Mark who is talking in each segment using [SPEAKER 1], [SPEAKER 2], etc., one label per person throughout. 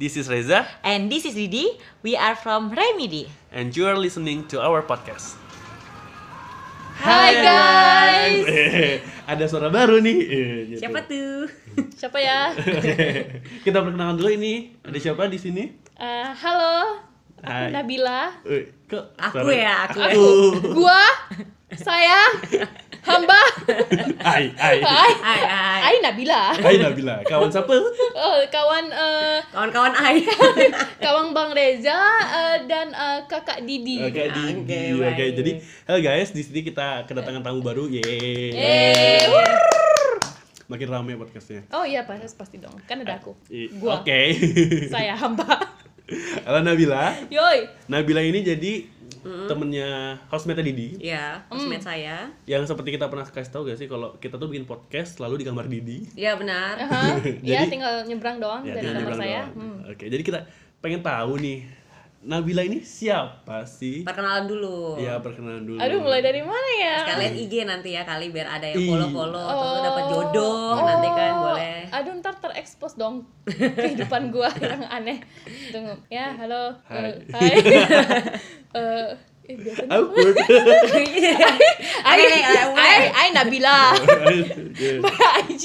[SPEAKER 1] This is Reza,
[SPEAKER 2] And this is Didi. We are from Remedy.
[SPEAKER 1] and you are listening to our podcast.
[SPEAKER 2] Hai guys.
[SPEAKER 1] Eh, Ada suara baru nih. eh, gitu.
[SPEAKER 2] Siapa tuh?
[SPEAKER 3] Siapa ya?
[SPEAKER 1] Kita perkenalan dulu ini. Ada siapa di sini?
[SPEAKER 3] Eh, halo, aku
[SPEAKER 1] Hai.
[SPEAKER 3] Nabila.
[SPEAKER 1] Eh, kok
[SPEAKER 2] Aku
[SPEAKER 1] suara-
[SPEAKER 2] ya, aku ya.
[SPEAKER 1] Aku.
[SPEAKER 3] Gua, saya, hamba,
[SPEAKER 1] Hai, hai.
[SPEAKER 3] Hai,
[SPEAKER 2] Hai, hai.
[SPEAKER 3] Hai Nabila.
[SPEAKER 1] Hai Nabila, kawan siapa?
[SPEAKER 3] Oh, kawan eh,
[SPEAKER 2] Kawan-kawan Ai.
[SPEAKER 3] kawan Bang Reza eh, dan eh, kakak Didi.
[SPEAKER 1] Oke, di,
[SPEAKER 2] Iya, Oke,
[SPEAKER 1] di- oke.
[SPEAKER 2] baik.
[SPEAKER 1] Jadi, halo guys, di sini kita kedatangan tamu baru. Yeay.
[SPEAKER 3] Eh, wuh.
[SPEAKER 1] Makin ramai podcastnya.
[SPEAKER 3] Oh iya pasti pasti dong, kan ada aku.
[SPEAKER 1] I-
[SPEAKER 3] Gua,
[SPEAKER 1] Oke.
[SPEAKER 3] saya hamba.
[SPEAKER 1] Halo Nabila.
[SPEAKER 3] Yoi.
[SPEAKER 1] Nabila ini jadi temennya housemate Didi
[SPEAKER 2] Ya, housemate saya.
[SPEAKER 1] yang seperti kita pernah kasih tahu gak sih kalau kita tuh bikin podcast selalu di kamar Didi
[SPEAKER 2] Ya benar.
[SPEAKER 3] Aha,
[SPEAKER 1] Jadi-
[SPEAKER 3] Iya, tinggal nyebrang doang
[SPEAKER 1] Ya,
[SPEAKER 3] dari
[SPEAKER 1] dia
[SPEAKER 3] kamar
[SPEAKER 1] nyebrang
[SPEAKER 3] saya.
[SPEAKER 1] doang.
[SPEAKER 3] Hmm.
[SPEAKER 1] oke jadi kita pengen tahu nih Nabila ini siapa sih
[SPEAKER 2] Perkenalan dulu.
[SPEAKER 1] ya perkenalan dulu
[SPEAKER 3] Aduh, mulai dari mana ya?
[SPEAKER 2] Sekalian IG nanti ya kali biar ada yang
[SPEAKER 1] Ih.
[SPEAKER 2] follow-follow terus lu dapat
[SPEAKER 3] Oh,
[SPEAKER 2] jodoh
[SPEAKER 3] oh.
[SPEAKER 2] nanti kan boleh.
[SPEAKER 3] Aduh ntar terekspos dong kehidupan gua yang aneh. Tunggu. Ya, halo.
[SPEAKER 1] Hai.
[SPEAKER 3] Eh, hai. Eh, eh, biasanya-
[SPEAKER 1] awkward
[SPEAKER 3] Hai,
[SPEAKER 2] Oke, oke, oke.
[SPEAKER 3] hai, hai Nabila. IG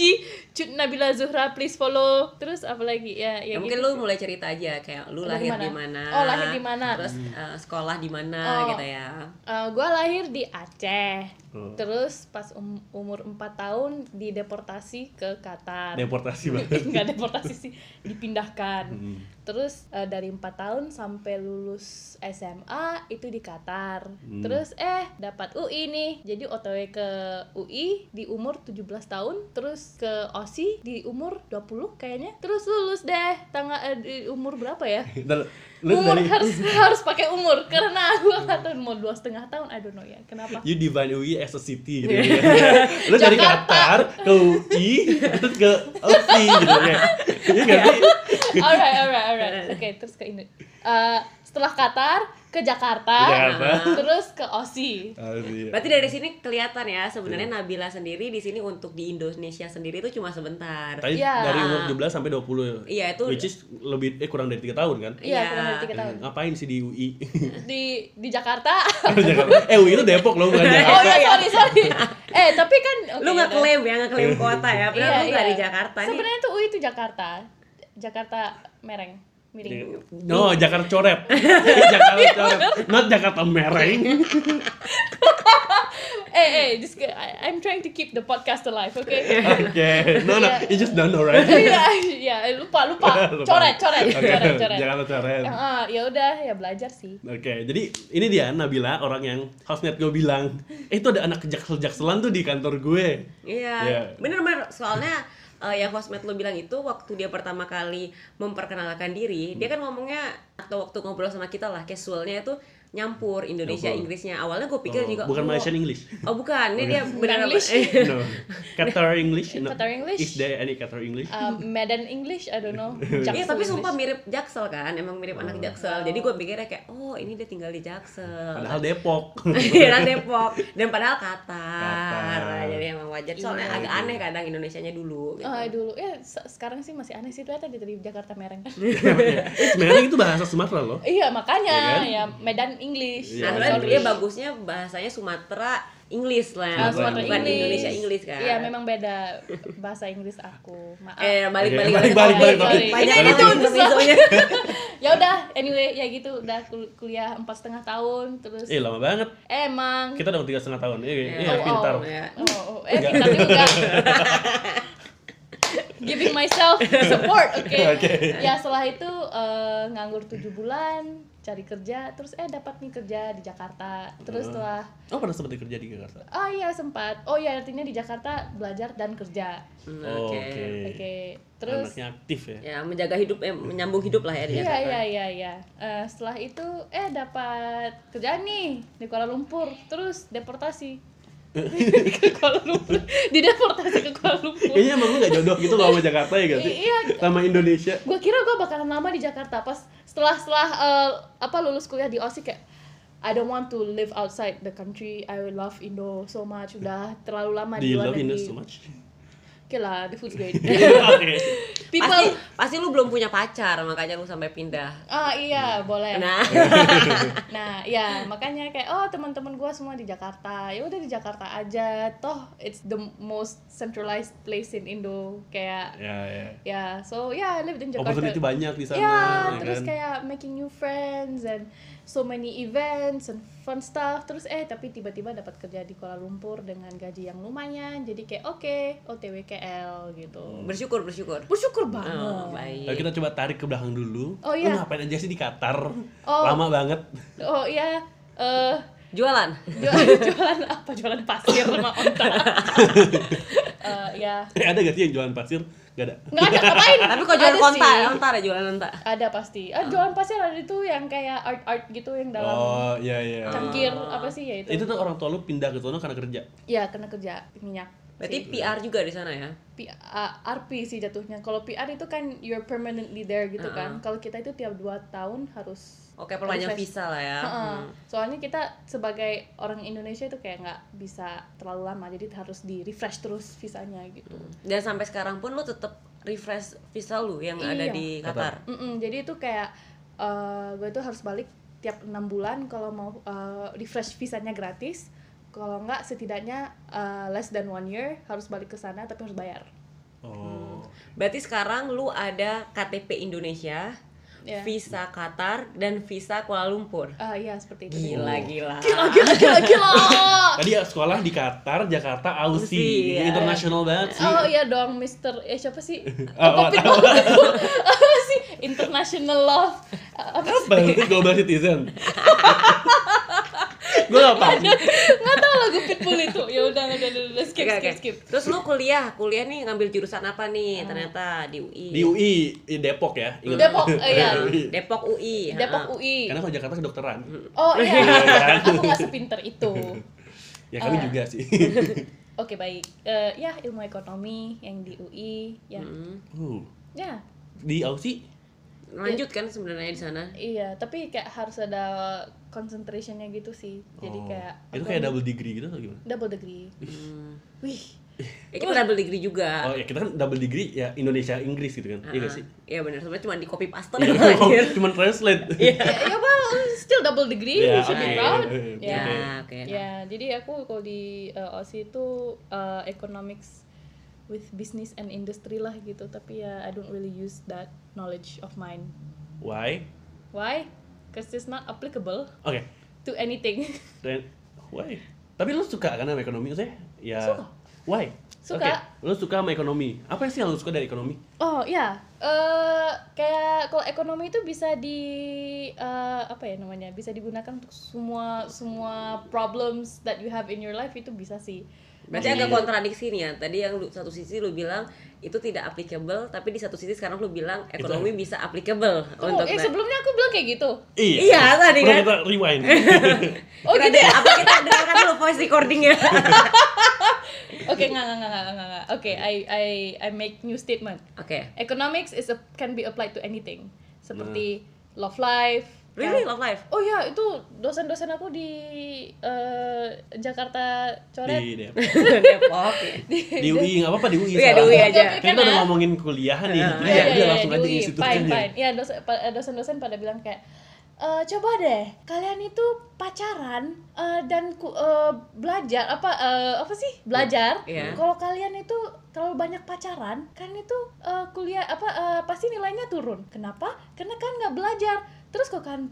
[SPEAKER 3] Cut Nabila Zuhra please follow. Terus apa lagi? Ya,
[SPEAKER 2] Ya,
[SPEAKER 3] ya
[SPEAKER 2] mungkin
[SPEAKER 3] gitu.
[SPEAKER 2] lu mulai cerita aja kayak lu
[SPEAKER 3] Lahir
[SPEAKER 2] lahir di
[SPEAKER 3] di mana?
[SPEAKER 2] mana.
[SPEAKER 3] Oh, lahir di mana.
[SPEAKER 2] Terus
[SPEAKER 1] Hmm.
[SPEAKER 2] eh, sekolah di mana
[SPEAKER 3] Oh.
[SPEAKER 2] gitu ya.
[SPEAKER 3] Eh, gua lahir di Aceh.
[SPEAKER 1] Oh.
[SPEAKER 3] Terus pas um- umur 4 tahun dideportasi ke Qatar.
[SPEAKER 1] deportasi banget
[SPEAKER 3] nggak deportasi sih dipindahkan
[SPEAKER 1] Hmm.
[SPEAKER 3] terus eh, dari empat tahun sampai lulus SMA itu di Qatar
[SPEAKER 1] Hmm.
[SPEAKER 3] terus eh dapat UI nih jadi otw ke UI di umur 17 tahun terus ke OSI di umur 20 kayaknya terus lulus deh tanggal eh, di umur berapa ya
[SPEAKER 1] Dan lu
[SPEAKER 3] umur
[SPEAKER 1] dari
[SPEAKER 3] harus harus pakai umur karena aku nggak tahu mau dua setengah tahun I don't know ya kenapa
[SPEAKER 1] you divine UI as a city gitu ya lu dari
[SPEAKER 3] Iya. Jakarta.
[SPEAKER 1] Qatar ke UI terus ke LC gitu ya Iya nggak sih?
[SPEAKER 3] alright alright alright oke terus ke Indo eh, setelah Qatar ke Jakarta
[SPEAKER 1] Jakarta.
[SPEAKER 3] terus ke OSI
[SPEAKER 1] Ah, iya.
[SPEAKER 2] Berarti dari sini kelihatan ya sebenarnya Nabila sendiri di sini untuk di Indonesia sendiri itu cuma sebentar.
[SPEAKER 1] Tadi
[SPEAKER 3] Iya.
[SPEAKER 1] dari umur 17 sampai 20.
[SPEAKER 2] Iya, itu-
[SPEAKER 1] which is lebih eh kurang dari 3 tahun kan?
[SPEAKER 3] iya
[SPEAKER 2] Iya.
[SPEAKER 3] kurang dari tiga tahun
[SPEAKER 1] Ngapain sih di UI?
[SPEAKER 2] Mm-hmm.
[SPEAKER 3] di di Jakarta
[SPEAKER 1] Jakarta. eh UI itu Depok loh bukan
[SPEAKER 3] gitu. oh
[SPEAKER 1] Jakarta.
[SPEAKER 3] iya sorry sorry eh tapi kan oke,
[SPEAKER 2] lu nggak
[SPEAKER 3] udah.
[SPEAKER 2] klaim ya nggak klaim kota ya padahal
[SPEAKER 3] Iya,
[SPEAKER 2] lu nggak
[SPEAKER 3] iya.
[SPEAKER 2] di Jakarta nih
[SPEAKER 3] sebenarnya tuh UI itu Jakarta Jakarta Mereng
[SPEAKER 2] Iya.
[SPEAKER 3] Miring
[SPEAKER 1] No, Jakarta coret. Jakarta coret. Not Jakarta mereng.
[SPEAKER 3] eh eh just ke- I- I'm trying to keep the podcast alive oke
[SPEAKER 1] Oke. No, no.
[SPEAKER 3] Iya.
[SPEAKER 1] It's just done alright.
[SPEAKER 3] iya iya lupa lupa coret coret
[SPEAKER 1] Oke,
[SPEAKER 3] coret coret
[SPEAKER 1] Jakarta coret.
[SPEAKER 3] Ah, ah, ya udah ya belajar sih
[SPEAKER 1] Oke, jadi ini dia Nabila, orang yang housemate gue bilang, eh itu ada anak jaksel-jakselan tuh di kantor gue.
[SPEAKER 2] iya
[SPEAKER 1] Iya.
[SPEAKER 2] bener bener soalnya eh, yang hostmate lu bilang itu waktu dia pertama kali memperkenalkan diri dia
[SPEAKER 1] Hmm.
[SPEAKER 2] kan ngomongnya atau waktu ngobrol sama kita lah casualnya itu nyampur Indonesia
[SPEAKER 1] Nyampur.
[SPEAKER 2] Inggrisnya awalnya gue
[SPEAKER 3] kan
[SPEAKER 2] pikir
[SPEAKER 1] Oh,
[SPEAKER 2] juga
[SPEAKER 1] bukan
[SPEAKER 2] oh,
[SPEAKER 1] Malaysian English.
[SPEAKER 2] oh bukan ini dia bener
[SPEAKER 3] English.
[SPEAKER 1] No. Qatar English. No.
[SPEAKER 3] Qatar English.
[SPEAKER 1] Is there any Qatar English?
[SPEAKER 3] Uh, Medan English, I don't know.
[SPEAKER 2] Iya
[SPEAKER 3] Jaksel
[SPEAKER 2] tapi
[SPEAKER 3] English.
[SPEAKER 2] sumpah mirip Jaksel kan, emang mirip
[SPEAKER 1] Oh.
[SPEAKER 2] anak Jaksel. Jadi gue pikirnya kayak, oh ini dia tinggal di Jaksel.
[SPEAKER 1] Padahal Depok.
[SPEAKER 2] Iya Depok dan padahal Qatar.
[SPEAKER 1] Qatar. Iya,
[SPEAKER 2] Jadi emang wajar soalnya agak aneh kadang Indonesianya dulu. Gitu.
[SPEAKER 3] Oh, dulu ya se- sekarang sih masih aneh sih lihat tadi dari Jakarta Mereng.
[SPEAKER 1] Eh, Sebenarnya itu bahasa Sumatera loh.
[SPEAKER 3] iya, makanya
[SPEAKER 1] Iya kan?
[SPEAKER 3] ya Medan English.
[SPEAKER 1] Iya,
[SPEAKER 2] Nah,
[SPEAKER 3] Sorry.
[SPEAKER 2] soalnya dia bagusnya bahasanya Sumatera Inggris lah,
[SPEAKER 3] Ah, Sumatera
[SPEAKER 2] bukan
[SPEAKER 3] English.
[SPEAKER 2] Indonesia Inggris kan.
[SPEAKER 3] Iya, memang beda bahasa Inggris aku. Maaf.
[SPEAKER 2] Eh balik-balik
[SPEAKER 1] Oke, balik, balik,
[SPEAKER 3] balik.
[SPEAKER 2] Banyak
[SPEAKER 3] Ini
[SPEAKER 2] itu
[SPEAKER 3] tuh
[SPEAKER 2] untuk
[SPEAKER 3] bisa.
[SPEAKER 2] misalnya.
[SPEAKER 3] ya udah, anyway ya gitu udah kul- kuliah empat setengah tahun terus
[SPEAKER 1] Eh lama banget.
[SPEAKER 3] emang
[SPEAKER 1] Kita udah tiga setengah tahun. Eh, eh,
[SPEAKER 2] Iya.
[SPEAKER 1] pintar.
[SPEAKER 3] Oh, oh, oh. eh pintar juga. Giving myself support, oke. Ya setelah itu eh, nganggur tujuh bulan, cari kerja, terus eh dapat nih kerja di Jakarta. Terus setelah
[SPEAKER 1] Oh pernah sempat kerja di Jakarta.
[SPEAKER 3] oh iya sempat, oh iya artinya di Jakarta belajar dan kerja,
[SPEAKER 2] Hmm,
[SPEAKER 1] Oh,
[SPEAKER 2] Oke.
[SPEAKER 3] oke.
[SPEAKER 1] Oke.
[SPEAKER 3] Terus
[SPEAKER 1] Anaknya aktif ya.
[SPEAKER 2] Ya menjaga hidup, eh, menyambung hidup lah ya di
[SPEAKER 3] Iya
[SPEAKER 2] Jakarta.
[SPEAKER 3] iya iya iya. Eh, setelah itu eh dapat kerjaan nih di Kuala Lumpur, terus deportasi ke Kuala Lumpur, dideportasi ke Kuala Lumpur.
[SPEAKER 1] Kayaknya emang lu gak jodoh gitu loh sama Jakarta ya gak sih?
[SPEAKER 3] I- iya.
[SPEAKER 1] Sama Indonesia.
[SPEAKER 3] gue kira gue bakalan lama di Jakarta pas setelah setelah eh, apa lulus kuliah di OSI kayak I don't want to live outside the country I love Indo so much udah terlalu lama
[SPEAKER 1] Do
[SPEAKER 3] di
[SPEAKER 1] you
[SPEAKER 3] luar
[SPEAKER 1] love Indo
[SPEAKER 3] negeri
[SPEAKER 1] so much? Iya,
[SPEAKER 3] kayak okay lah the food's great
[SPEAKER 1] Oke.
[SPEAKER 3] people
[SPEAKER 2] Pasti, pasti lu belum punya pacar makanya lu sampai pindah.
[SPEAKER 3] ah iya boleh
[SPEAKER 2] Nah,
[SPEAKER 3] Nah, ya makanya kayak oh teman-teman gue semua di Jakarta, ya udah di Jakarta aja. Toh it's the most centralized place in Indo kayak
[SPEAKER 1] Ya, ya.
[SPEAKER 3] ya so yeah I lived in Jakarta.
[SPEAKER 1] Opportunity banyak di
[SPEAKER 3] Ya,
[SPEAKER 1] sana. ya
[SPEAKER 3] terus
[SPEAKER 1] kan?
[SPEAKER 3] kayak making new friends and so many events and fun stuff. Terus eh tapi tiba-tiba dapat kerja di Kuala Lumpur dengan gaji yang lumayan. Jadi kayak oke, OTW KL gitu.
[SPEAKER 2] bersyukur bersyukur.
[SPEAKER 1] Hmm.
[SPEAKER 3] Bersyukur banget.
[SPEAKER 2] Oh,
[SPEAKER 1] Lalu
[SPEAKER 2] baik.
[SPEAKER 1] kita coba tarik ke belakang dulu.
[SPEAKER 3] Oh,
[SPEAKER 1] Lu
[SPEAKER 3] iya.
[SPEAKER 1] ngapain aja sih di Qatar?
[SPEAKER 3] Oh.
[SPEAKER 1] Lama banget.
[SPEAKER 3] Oh iya, eh
[SPEAKER 2] Jualan.
[SPEAKER 3] jualan, jualan apa jualan pasir sama onta Eh, ya
[SPEAKER 1] Eh, ada gak sih yang jualan pasir? Gak ada.
[SPEAKER 3] nggak ada ngapain
[SPEAKER 2] Eh, Tapi kok ya? jualan
[SPEAKER 3] Ada
[SPEAKER 2] konta,
[SPEAKER 3] sih.
[SPEAKER 2] konta ada jualan konta.
[SPEAKER 3] ada pasti ah, jualan pasir ada itu yang kayak art art gitu yang dalam
[SPEAKER 1] Oh, iya iya.
[SPEAKER 3] cangkir apa sih ya itu,
[SPEAKER 1] Itu tuh orang tua lu pindah ke sana karena kerja.
[SPEAKER 3] ya kena kerja minyak
[SPEAKER 2] Berarti
[SPEAKER 3] sih.
[SPEAKER 2] PR juga di sana ya.
[SPEAKER 3] P- ah, RP sih jatuhnya kalau PR itu kan you're permanently there gitu kan kalau kita itu tiap 2 tahun harus
[SPEAKER 2] Oke, perpanjang
[SPEAKER 3] harus res-
[SPEAKER 2] visa lah ya.
[SPEAKER 3] Heeh.
[SPEAKER 2] Hmm.
[SPEAKER 3] soalnya kita sebagai orang Indonesia itu kayak nggak bisa terlalu lama jadi harus di refresh terus visanya gitu
[SPEAKER 2] Dan sampai sekarang pun lu tetap refresh visa lu yang ada
[SPEAKER 3] Iya.
[SPEAKER 2] di Qatar.
[SPEAKER 3] Mm-mm, jadi itu kayak uh, gue tuh harus balik tiap enam bulan kalau mau eh, refresh visanya gratis kalau nggak setidaknya eh, less than one year harus balik ke sana tapi harus bayar
[SPEAKER 1] Oh.
[SPEAKER 2] Berarti sekarang lu ada KTP Indonesia,
[SPEAKER 3] Iya.
[SPEAKER 2] visa Qatar dan visa Kuala Lumpur.
[SPEAKER 3] Eh, ya seperti itu
[SPEAKER 2] Gila gila.
[SPEAKER 3] gila gila gila
[SPEAKER 1] Tadi ya sekolah di Qatar, Jakarta,
[SPEAKER 2] Aussie,
[SPEAKER 1] Aussie. Ini
[SPEAKER 2] iya.
[SPEAKER 1] Internasional banget sih.
[SPEAKER 3] oh iya dong Mister eh siapa sih
[SPEAKER 1] Oh,
[SPEAKER 3] Apa-
[SPEAKER 1] tahu.
[SPEAKER 3] apa sih international love apa sih?
[SPEAKER 1] Apa itu global citizen? gue gak paham.
[SPEAKER 3] nggak tahu lagu Pitbull itu ya udah udah udah, udah skip
[SPEAKER 2] Oke,
[SPEAKER 3] skip
[SPEAKER 2] oke.
[SPEAKER 3] skip Hmm.
[SPEAKER 2] Terus lu kuliah, kuliah nih ngambil jurusan apa nih? Ternyata di UI.
[SPEAKER 1] Di UI, eh, Depok ya. Ingat.
[SPEAKER 3] Depok eh, ya
[SPEAKER 2] iya. Depok UI.
[SPEAKER 3] Depok
[SPEAKER 2] Ha-ha.
[SPEAKER 3] UI
[SPEAKER 1] Karena kalau Jakarta kedokteran.
[SPEAKER 3] Oh
[SPEAKER 1] Iya
[SPEAKER 3] iya,
[SPEAKER 1] kan?
[SPEAKER 3] aku nggak sepinter itu.
[SPEAKER 1] Ya kami
[SPEAKER 3] Ah.
[SPEAKER 1] juga sih.
[SPEAKER 3] Oke baik, Eh, ya ilmu ekonomi yang di UI, ya,
[SPEAKER 2] Hmm.
[SPEAKER 1] Uh,
[SPEAKER 3] ya,
[SPEAKER 1] di Aussie
[SPEAKER 2] Lanjut kan sebenarnya di sana.
[SPEAKER 3] iya. Tapi kayak harus ada concentrationnya gitu sih. Jadi
[SPEAKER 1] Oh.
[SPEAKER 3] kayak ya?
[SPEAKER 1] itu kayak
[SPEAKER 3] double,
[SPEAKER 1] double degree gitu atau gimana?
[SPEAKER 3] double degree.
[SPEAKER 2] Hmm.
[SPEAKER 3] Wih,
[SPEAKER 2] Ya, kita double degree juga.
[SPEAKER 1] Oh ya kita kan double degree ya Indonesia Inggris gitu kan? Iya gak sih?
[SPEAKER 2] Iya benar, sebenarnya cuma di copy paste
[SPEAKER 1] Iya,
[SPEAKER 2] aja. anjir.
[SPEAKER 1] cuman translate.
[SPEAKER 2] Iya.
[SPEAKER 3] ya, ya well, still double degree,
[SPEAKER 1] Ya,
[SPEAKER 3] we should be
[SPEAKER 2] oke.
[SPEAKER 3] proud.
[SPEAKER 1] Oke. iya.
[SPEAKER 3] Ya,
[SPEAKER 2] Ya, oke.
[SPEAKER 3] ya. Jadi aku kalau di eh, OSI itu eh, economics with business and industry lah gitu. Tapi ya I don't really use that knowledge of mine.
[SPEAKER 1] Why?
[SPEAKER 3] Why? Because it's not applicable
[SPEAKER 1] Oke.
[SPEAKER 3] to anything.
[SPEAKER 1] Dan why? Tapi lu suka kan sama ekonomi sih? Ya.
[SPEAKER 3] Suka.
[SPEAKER 1] Why?
[SPEAKER 3] Suka.
[SPEAKER 1] Oke, Lu suka sama ekonomi. Apa sih yang lu suka dari ekonomi?
[SPEAKER 3] Oh iya, eh kayak kalau ekonomi itu bisa di eh, apa ya namanya? Bisa digunakan untuk semua semua problems that you have in your life itu bisa sih.
[SPEAKER 2] Berarti
[SPEAKER 1] Iya,
[SPEAKER 2] agak kontradiksi nih ya. Tadi yang lu, satu sisi lu bilang itu tidak applicable, tapi di satu sisi sekarang lu bilang ekonomi bisa applicable
[SPEAKER 3] Kamu,
[SPEAKER 2] untuk nah,
[SPEAKER 3] eh sebelumnya aku bilang kayak gitu.
[SPEAKER 2] Iya, tadi kan.
[SPEAKER 1] Perlu kita rewind.
[SPEAKER 3] Oh
[SPEAKER 2] Kita
[SPEAKER 3] gitu.
[SPEAKER 2] de- apa kita dengarkan dulu voice recordingnya?
[SPEAKER 3] Oke, nggak nggak nggak nggak nggak, nggak. Oke, I I I make new statement.
[SPEAKER 2] Oke.
[SPEAKER 3] Economics is a, can be applied to anything.
[SPEAKER 1] Hmm.
[SPEAKER 3] Seperti love life.
[SPEAKER 2] Really love life.
[SPEAKER 3] Oh ya, itu dosen-dosen aku di eh, Jakarta coret.
[SPEAKER 1] Di, di,
[SPEAKER 2] Depok. ya.
[SPEAKER 1] di UI nggak apa-apa di UI.
[SPEAKER 2] Iya, di
[SPEAKER 1] salah.
[SPEAKER 2] UI aja.
[SPEAKER 1] Kan kita udah ngomongin kuliahan nih. Jadi ya
[SPEAKER 3] Iya, iya,
[SPEAKER 1] udah
[SPEAKER 3] iya,
[SPEAKER 1] langsung aja kan
[SPEAKER 3] diuji.
[SPEAKER 1] institusi
[SPEAKER 3] Fine,
[SPEAKER 1] aja.
[SPEAKER 3] fine. Ya, dosen- pa- dosen-dosen pada bilang kayak "Eh, coba deh kalian itu pacaran eh, dan ku- eh, belajar apa eh, apa sih belajar
[SPEAKER 2] Iya.
[SPEAKER 3] kalau kalian itu terlalu banyak pacaran kan itu eh, kuliah apa eh, pasti nilainya turun kenapa karena kan nggak belajar terus kalau kan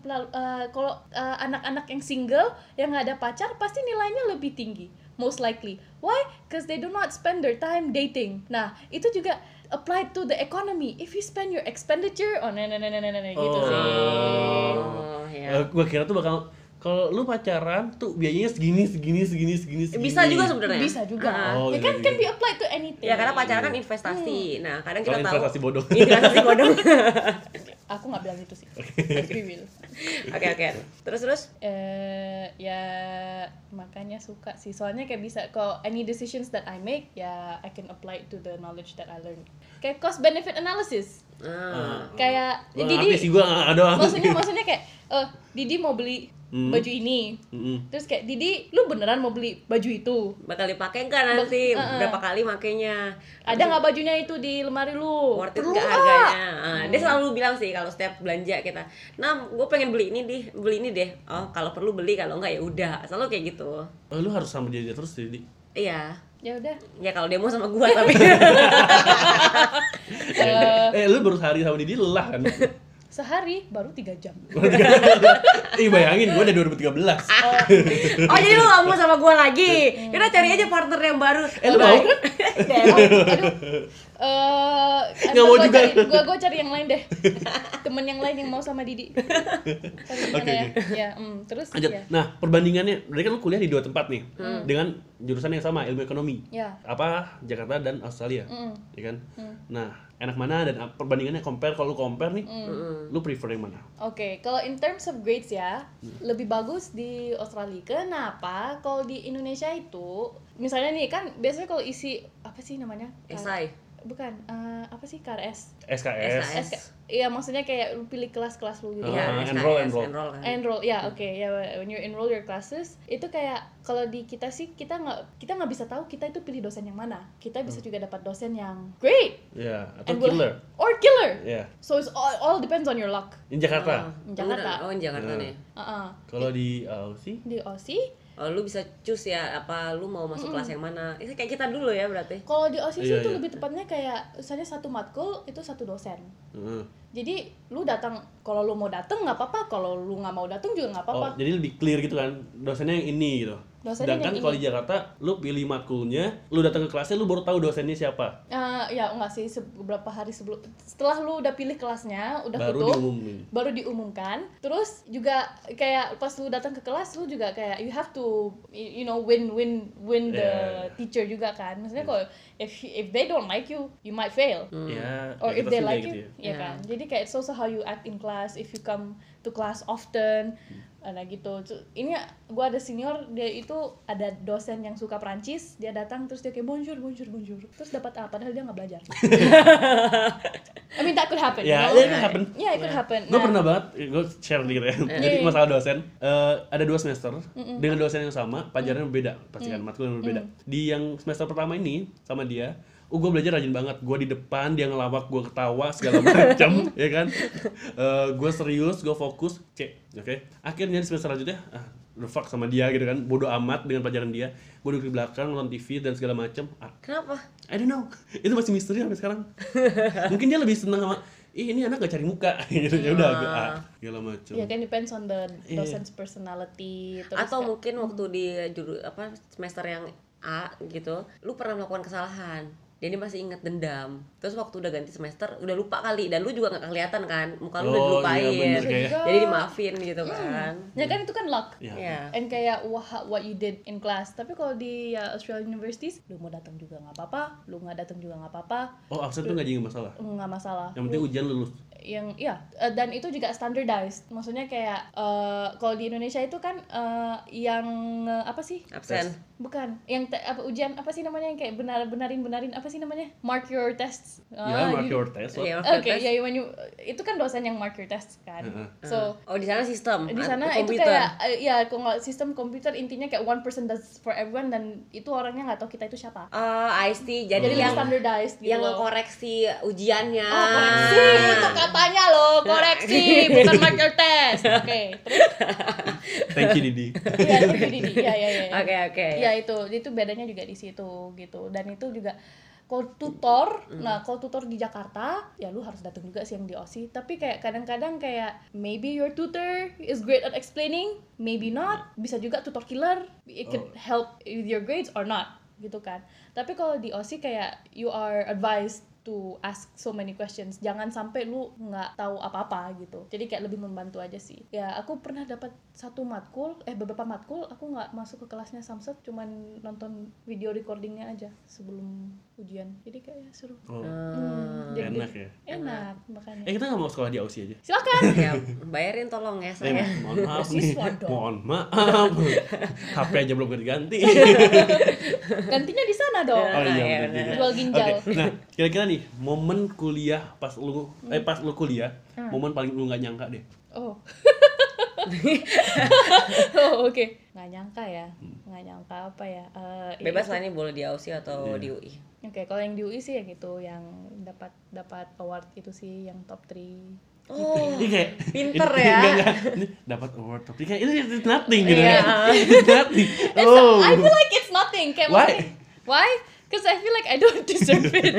[SPEAKER 3] kalau eh, anak-anak yang single yang nggak ada pacar pasti nilainya lebih tinggi most likely why because they do not spend their time dating nah itu juga applied to the economy if you spend your expenditure on oh, nah, nah, nah, nah, nah, nah, gitu
[SPEAKER 1] Oh.
[SPEAKER 3] sih
[SPEAKER 2] Oh, ya.
[SPEAKER 1] Eh, gua kira tuh bakal kalau lu pacaran tuh biayanya segini segini segini segini. segini.
[SPEAKER 2] Bisa juga sebenarnya.
[SPEAKER 3] bisa juga
[SPEAKER 2] Ah.
[SPEAKER 1] iya. Oh,
[SPEAKER 3] ya
[SPEAKER 1] bisa
[SPEAKER 3] kan
[SPEAKER 1] juga.
[SPEAKER 3] kan be applied to anything
[SPEAKER 1] Iya,
[SPEAKER 2] Ya karena pacaran kan
[SPEAKER 3] Hmm.
[SPEAKER 2] investasi. Nah, kadang kita
[SPEAKER 1] Kalau
[SPEAKER 2] tahu
[SPEAKER 1] Oh,
[SPEAKER 2] Iya.
[SPEAKER 1] investasi bodoh.
[SPEAKER 2] investasi bodoh.
[SPEAKER 3] aku nggak bilang itu sih But we will.
[SPEAKER 2] Oke, oke. Terus terus
[SPEAKER 3] eh ya makanya suka sih soalnya kayak bisa kalau any decisions that I make ya I can apply to the knowledge that I learned kayak cost benefit analysis
[SPEAKER 2] Ah.
[SPEAKER 1] Ah.
[SPEAKER 3] kayak
[SPEAKER 1] Gua nggak
[SPEAKER 3] Didi
[SPEAKER 1] ngerti sih gua nggak- nggak doang.
[SPEAKER 3] maksudnya maksudnya kayak eh "Oh, Didi mau beli
[SPEAKER 1] Hmm.
[SPEAKER 3] baju ini
[SPEAKER 1] Mm-mm.
[SPEAKER 3] terus kayak Didi lu beneran mau beli baju itu
[SPEAKER 2] bakal dipakai enggak nanti
[SPEAKER 3] Bak- eh, eh.
[SPEAKER 2] berapa kali makainya
[SPEAKER 3] ada nggak bajunya itu di lemari lu
[SPEAKER 2] worth it
[SPEAKER 3] Perlu
[SPEAKER 2] nggak
[SPEAKER 3] nggak?
[SPEAKER 2] harganya Ah, dia selalu bilang sih kalau setiap belanja kita nah gue pengen beli ini deh beli ini deh oh kalau perlu beli kalau enggak ya udah selalu kayak gitu
[SPEAKER 1] Oh, lu harus sama dia terus jadi
[SPEAKER 2] iya
[SPEAKER 3] ya udah
[SPEAKER 2] ya kalau demo sama gue tapi
[SPEAKER 1] eh
[SPEAKER 3] Eh,
[SPEAKER 1] lu baru sehari sama Didi lelah kan
[SPEAKER 3] sehari baru tiga jam
[SPEAKER 1] ih bayangin gua dari 2013
[SPEAKER 2] oh jadi lu gak mau sama gue lagi yaudah cari aja partner yang baru
[SPEAKER 1] eh lu mau kan
[SPEAKER 3] Aduh, Eh,
[SPEAKER 1] Nggak mau
[SPEAKER 3] gua
[SPEAKER 1] juga.
[SPEAKER 3] Cari, gua, gua cari yang lain deh. Temen yang lain yang mau sama Didi. Cari gimana
[SPEAKER 1] Oke,
[SPEAKER 3] ya? Ya, mm, terus
[SPEAKER 1] Lanjut.
[SPEAKER 3] ya.
[SPEAKER 1] Nah, perbandingannya, berarti kan lu kuliah di dua tempat nih,
[SPEAKER 3] Hmm.
[SPEAKER 1] dengan jurusan yang sama, ilmu ekonomi.
[SPEAKER 3] Ya.
[SPEAKER 1] Apa Jakarta dan Australia,
[SPEAKER 3] Mm,
[SPEAKER 1] ya kan?
[SPEAKER 3] mm,
[SPEAKER 1] Nah, enak mana dan ap- perbandingannya compare kalau lu compare nih,
[SPEAKER 3] mm.
[SPEAKER 2] Mm-mm.
[SPEAKER 1] lu prefer yang mana?
[SPEAKER 3] Oke, kalau in terms of grades ya,
[SPEAKER 1] Mm.
[SPEAKER 3] lebih bagus di Australia. Kenapa? Kalau di Indonesia itu, misalnya nih kan biasanya kalau isi apa sih namanya? Kar-
[SPEAKER 2] esai
[SPEAKER 3] Bukan, eh, apa sih KRS?
[SPEAKER 1] SKS.
[SPEAKER 2] SKS.
[SPEAKER 3] SK Iya, maksudnya kayak lu pilih kelas-kelas lu gitu.
[SPEAKER 1] Ah,
[SPEAKER 2] Iya, SKS,
[SPEAKER 1] enroll, enroll.
[SPEAKER 2] enroll kan.
[SPEAKER 3] enroll
[SPEAKER 1] Hmm.
[SPEAKER 3] ya oke ya when you enroll your classes itu kayak kalau di kita sih kita nggak kita nggak bisa tahu kita itu pilih dosen yang mana kita bisa juga dapat dosen yang great
[SPEAKER 1] Ya, atau
[SPEAKER 3] and will-
[SPEAKER 1] Hmm. killer.
[SPEAKER 3] or killer
[SPEAKER 1] Ya,
[SPEAKER 3] so it's all, all depends on your luck
[SPEAKER 1] di
[SPEAKER 3] Ah.
[SPEAKER 1] Jakarta.
[SPEAKER 2] Oh,
[SPEAKER 3] Jakarta.
[SPEAKER 2] beneran. Oh, di Jakarta
[SPEAKER 1] Hmm.
[SPEAKER 2] nih.
[SPEAKER 3] Uh-uh.
[SPEAKER 1] Kalau di uh, Aussie,
[SPEAKER 3] di Aussie
[SPEAKER 2] Oh, lu bisa choose ya apa lu mau masuk kelas yang mana. Itu kayak kita dulu ya berarti.
[SPEAKER 3] kalau di Aussie sih
[SPEAKER 1] Iya,
[SPEAKER 3] itu
[SPEAKER 1] iya.
[SPEAKER 3] lebih tepatnya kayak misalnya satu matkul itu satu dosen
[SPEAKER 1] heeh.
[SPEAKER 3] jadi lu datang kalau lu mau datang nggak apa-apa kalau lu nggak mau datang juga nggak apa-apa
[SPEAKER 1] oh, jadi lebih clear gitu kan, dosennya yang ini gitu.
[SPEAKER 3] Dosennya
[SPEAKER 1] Sedangkan
[SPEAKER 3] yang
[SPEAKER 1] kalau
[SPEAKER 3] ini.
[SPEAKER 1] di Jakarta, lu pilih matkulnya, lu datang ke kelasnya, lu baru tahu dosennya siapa,
[SPEAKER 3] Eh, ya enggak sih se- beberapa hari sebelum setelah lu udah pilih kelasnya udah
[SPEAKER 1] baru
[SPEAKER 3] tutup
[SPEAKER 1] diumumin.
[SPEAKER 3] baru diumumkan terus juga kayak pas lu datang ke kelas lu juga kayak you have to you you know win win win the
[SPEAKER 1] Yeah.
[SPEAKER 3] teacher juga kan maksudnya kalau if if they don't like you you might fail
[SPEAKER 2] Hmm.
[SPEAKER 1] Ya,
[SPEAKER 3] or
[SPEAKER 1] ya
[SPEAKER 3] if
[SPEAKER 1] kita
[SPEAKER 3] they
[SPEAKER 1] sudah
[SPEAKER 3] like
[SPEAKER 1] gitu
[SPEAKER 3] you
[SPEAKER 1] ya.
[SPEAKER 3] ya
[SPEAKER 2] Yeah.
[SPEAKER 3] kan jadi kayak it's also how you act in class if you come to class often
[SPEAKER 1] Hmm.
[SPEAKER 3] nah gitu So, ini gua ada senior dia itu ada dosen yang suka Perancis dia datang terus dia kayak bonjour bonjour bonjour terus dapat apa padahal dia nggak belajar I mean that could happen
[SPEAKER 1] Ya,
[SPEAKER 3] you know?
[SPEAKER 1] ya, itu happen.
[SPEAKER 3] Yeah, it could happen
[SPEAKER 1] Gue
[SPEAKER 3] Nah,
[SPEAKER 1] pernah banget, gue share dikit ya. Jadi
[SPEAKER 3] Iya.
[SPEAKER 1] masalah dosen, eh, ada dua semester dengan dosen yang sama,
[SPEAKER 3] Mm.
[SPEAKER 1] pelajarannya berbeda, pasti kan matkul yang berbeda. Di yang semester pertama ini sama dia, oh gue belajar rajin banget, gue di depan dia ngelawak, gue ketawa segala macam, ya kan? gue serius, gue fokus, cek, oke. Akhirnya di semester selanjutnya, ah, the fuck sama dia gitu kan, bodoh amat dengan pelajaran dia. Gue duduk di belakang nonton TV dan segala macam. Ah,
[SPEAKER 2] Kenapa?
[SPEAKER 1] I don't know. Itu masih misteri sampai sekarang. Mungkin dia lebih senang sama Ih, ini anak gak cari muka gitu ya udah gue ah, segala macem
[SPEAKER 3] Ya kan depends on the
[SPEAKER 1] Iya.
[SPEAKER 3] dosen's personality
[SPEAKER 2] Atau
[SPEAKER 3] terus kayak- hmm.
[SPEAKER 2] mungkin waktu di juru apa semester yang A gitu, lu pernah melakukan kesalahan. Jadi masih ingat dendam. Terus waktu udah ganti semester, udah lupa kali dan lu juga nggak kelihatan kan, muka lu udah
[SPEAKER 1] Oh, iya,
[SPEAKER 2] dilupain.
[SPEAKER 1] bener kayak-
[SPEAKER 2] Jadi dimaafin gitu kan.
[SPEAKER 3] ya kan itu kan luck.
[SPEAKER 1] Ya.
[SPEAKER 2] Iya.
[SPEAKER 3] And kayak wah what you did in class. Tapi kalau di ya, Australian universities, lu mau datang juga nggak apa-apa, lu nggak datang juga nggak apa-apa,
[SPEAKER 1] Oh absen tuh gak jadi masalah.
[SPEAKER 3] nggak masalah.
[SPEAKER 1] Yang penting
[SPEAKER 3] Lu-
[SPEAKER 1] ujian lulus.
[SPEAKER 3] yang ya dan itu juga standardized. Maksudnya kayak eh, kalau di Indonesia itu kan eh, yang eh, apa sih?
[SPEAKER 2] Absen.
[SPEAKER 3] Bukan, yang te- apa ujian apa sih namanya yang kayak benar benarin benarin apa sih namanya? Mark your tests.
[SPEAKER 1] ya
[SPEAKER 3] Ah,
[SPEAKER 1] mark
[SPEAKER 3] you-
[SPEAKER 1] your test. what?
[SPEAKER 2] Iya,
[SPEAKER 3] Oke,
[SPEAKER 2] tes.
[SPEAKER 3] ya when you- itu kan dosen yang mark your tests kan.
[SPEAKER 1] Heeh.
[SPEAKER 3] So
[SPEAKER 2] Oh, di sana sistem.
[SPEAKER 3] di
[SPEAKER 2] ah,
[SPEAKER 3] sana itu
[SPEAKER 2] komputer.
[SPEAKER 3] kayak eh, ya kalau nggak sistem komputer intinya kayak one person does for everyone dan itu orangnya nggak tahu kita itu siapa
[SPEAKER 2] Oh, IST jadi yang
[SPEAKER 1] Hmm.
[SPEAKER 3] jadi lebih standardized gitu
[SPEAKER 2] yang
[SPEAKER 3] loh.
[SPEAKER 2] ngekoreksi ujiannya.
[SPEAKER 3] Oh, koreksi itu kan. katanya loh koreksi bukan mark your test oke terus
[SPEAKER 1] Thank you Didi.
[SPEAKER 3] ya itu Didi. ya ya ya
[SPEAKER 2] Oke, oke.
[SPEAKER 3] ya itu itu bedanya juga di situ gitu dan itu juga kalau tutor nah kalau tutor di Jakarta ya lu harus datang juga sih yang di OSI tapi kayak kadang-kadang kayak maybe your tutor is great at explaining maybe not bisa juga tutor killer it could
[SPEAKER 1] Oh.
[SPEAKER 3] help with your grades or not gitu kan tapi kalau di OSI kayak you are advised to ask so many questions jangan sampai lu nggak tahu apa-apa gitu jadi kayak lebih membantu aja sih ya aku pernah dapat satu matkul eh beberapa matkul aku nggak masuk ke kelasnya Samsat cuman nonton video recordingnya aja sebelum ujian jadi kayak ya, seru
[SPEAKER 1] Oh,
[SPEAKER 3] Hmm, jadi-
[SPEAKER 1] enak ya.
[SPEAKER 3] enak makanya
[SPEAKER 1] Eh kita gak mau sekolah di Aussie aja.
[SPEAKER 3] silakan
[SPEAKER 2] ya, bayarin tolong ya
[SPEAKER 1] Eh,
[SPEAKER 2] saya.
[SPEAKER 1] mohon maaf nih,
[SPEAKER 3] Siswa dong.
[SPEAKER 1] mohon maaf. HP aja belum ganti.
[SPEAKER 3] gantinya di sana dong
[SPEAKER 1] Oh
[SPEAKER 2] Nah, iya,
[SPEAKER 1] iya, bener
[SPEAKER 2] bener.
[SPEAKER 1] juga.
[SPEAKER 3] jual ginjal
[SPEAKER 1] Oke, nah kira-kira nih momen kuliah pas lu eh pas lu kuliah, momen paling lu nggak nyangka deh.
[SPEAKER 3] oh oh, oke nggak nyangka ya nggak nyangka apa ya Eh, ya
[SPEAKER 2] Bebas
[SPEAKER 3] itu.
[SPEAKER 2] lah ini boleh di Aussie atau
[SPEAKER 1] Iya.
[SPEAKER 2] di UI.
[SPEAKER 3] oke kalau yang di UI sih yang itu yang dapat dapat award itu sih yang top 3
[SPEAKER 2] Oh,
[SPEAKER 1] Ini kayak
[SPEAKER 2] pinter
[SPEAKER 1] ini-
[SPEAKER 2] ya.
[SPEAKER 1] enggak, enggak. Ini dapat award tapi kayak ini it's nothing gitu.
[SPEAKER 3] Iya.
[SPEAKER 1] It's nothing. Oh.
[SPEAKER 3] I feel like it's nothing kayak
[SPEAKER 1] Why?
[SPEAKER 3] maksudnya- why because I feel like I don't deserve it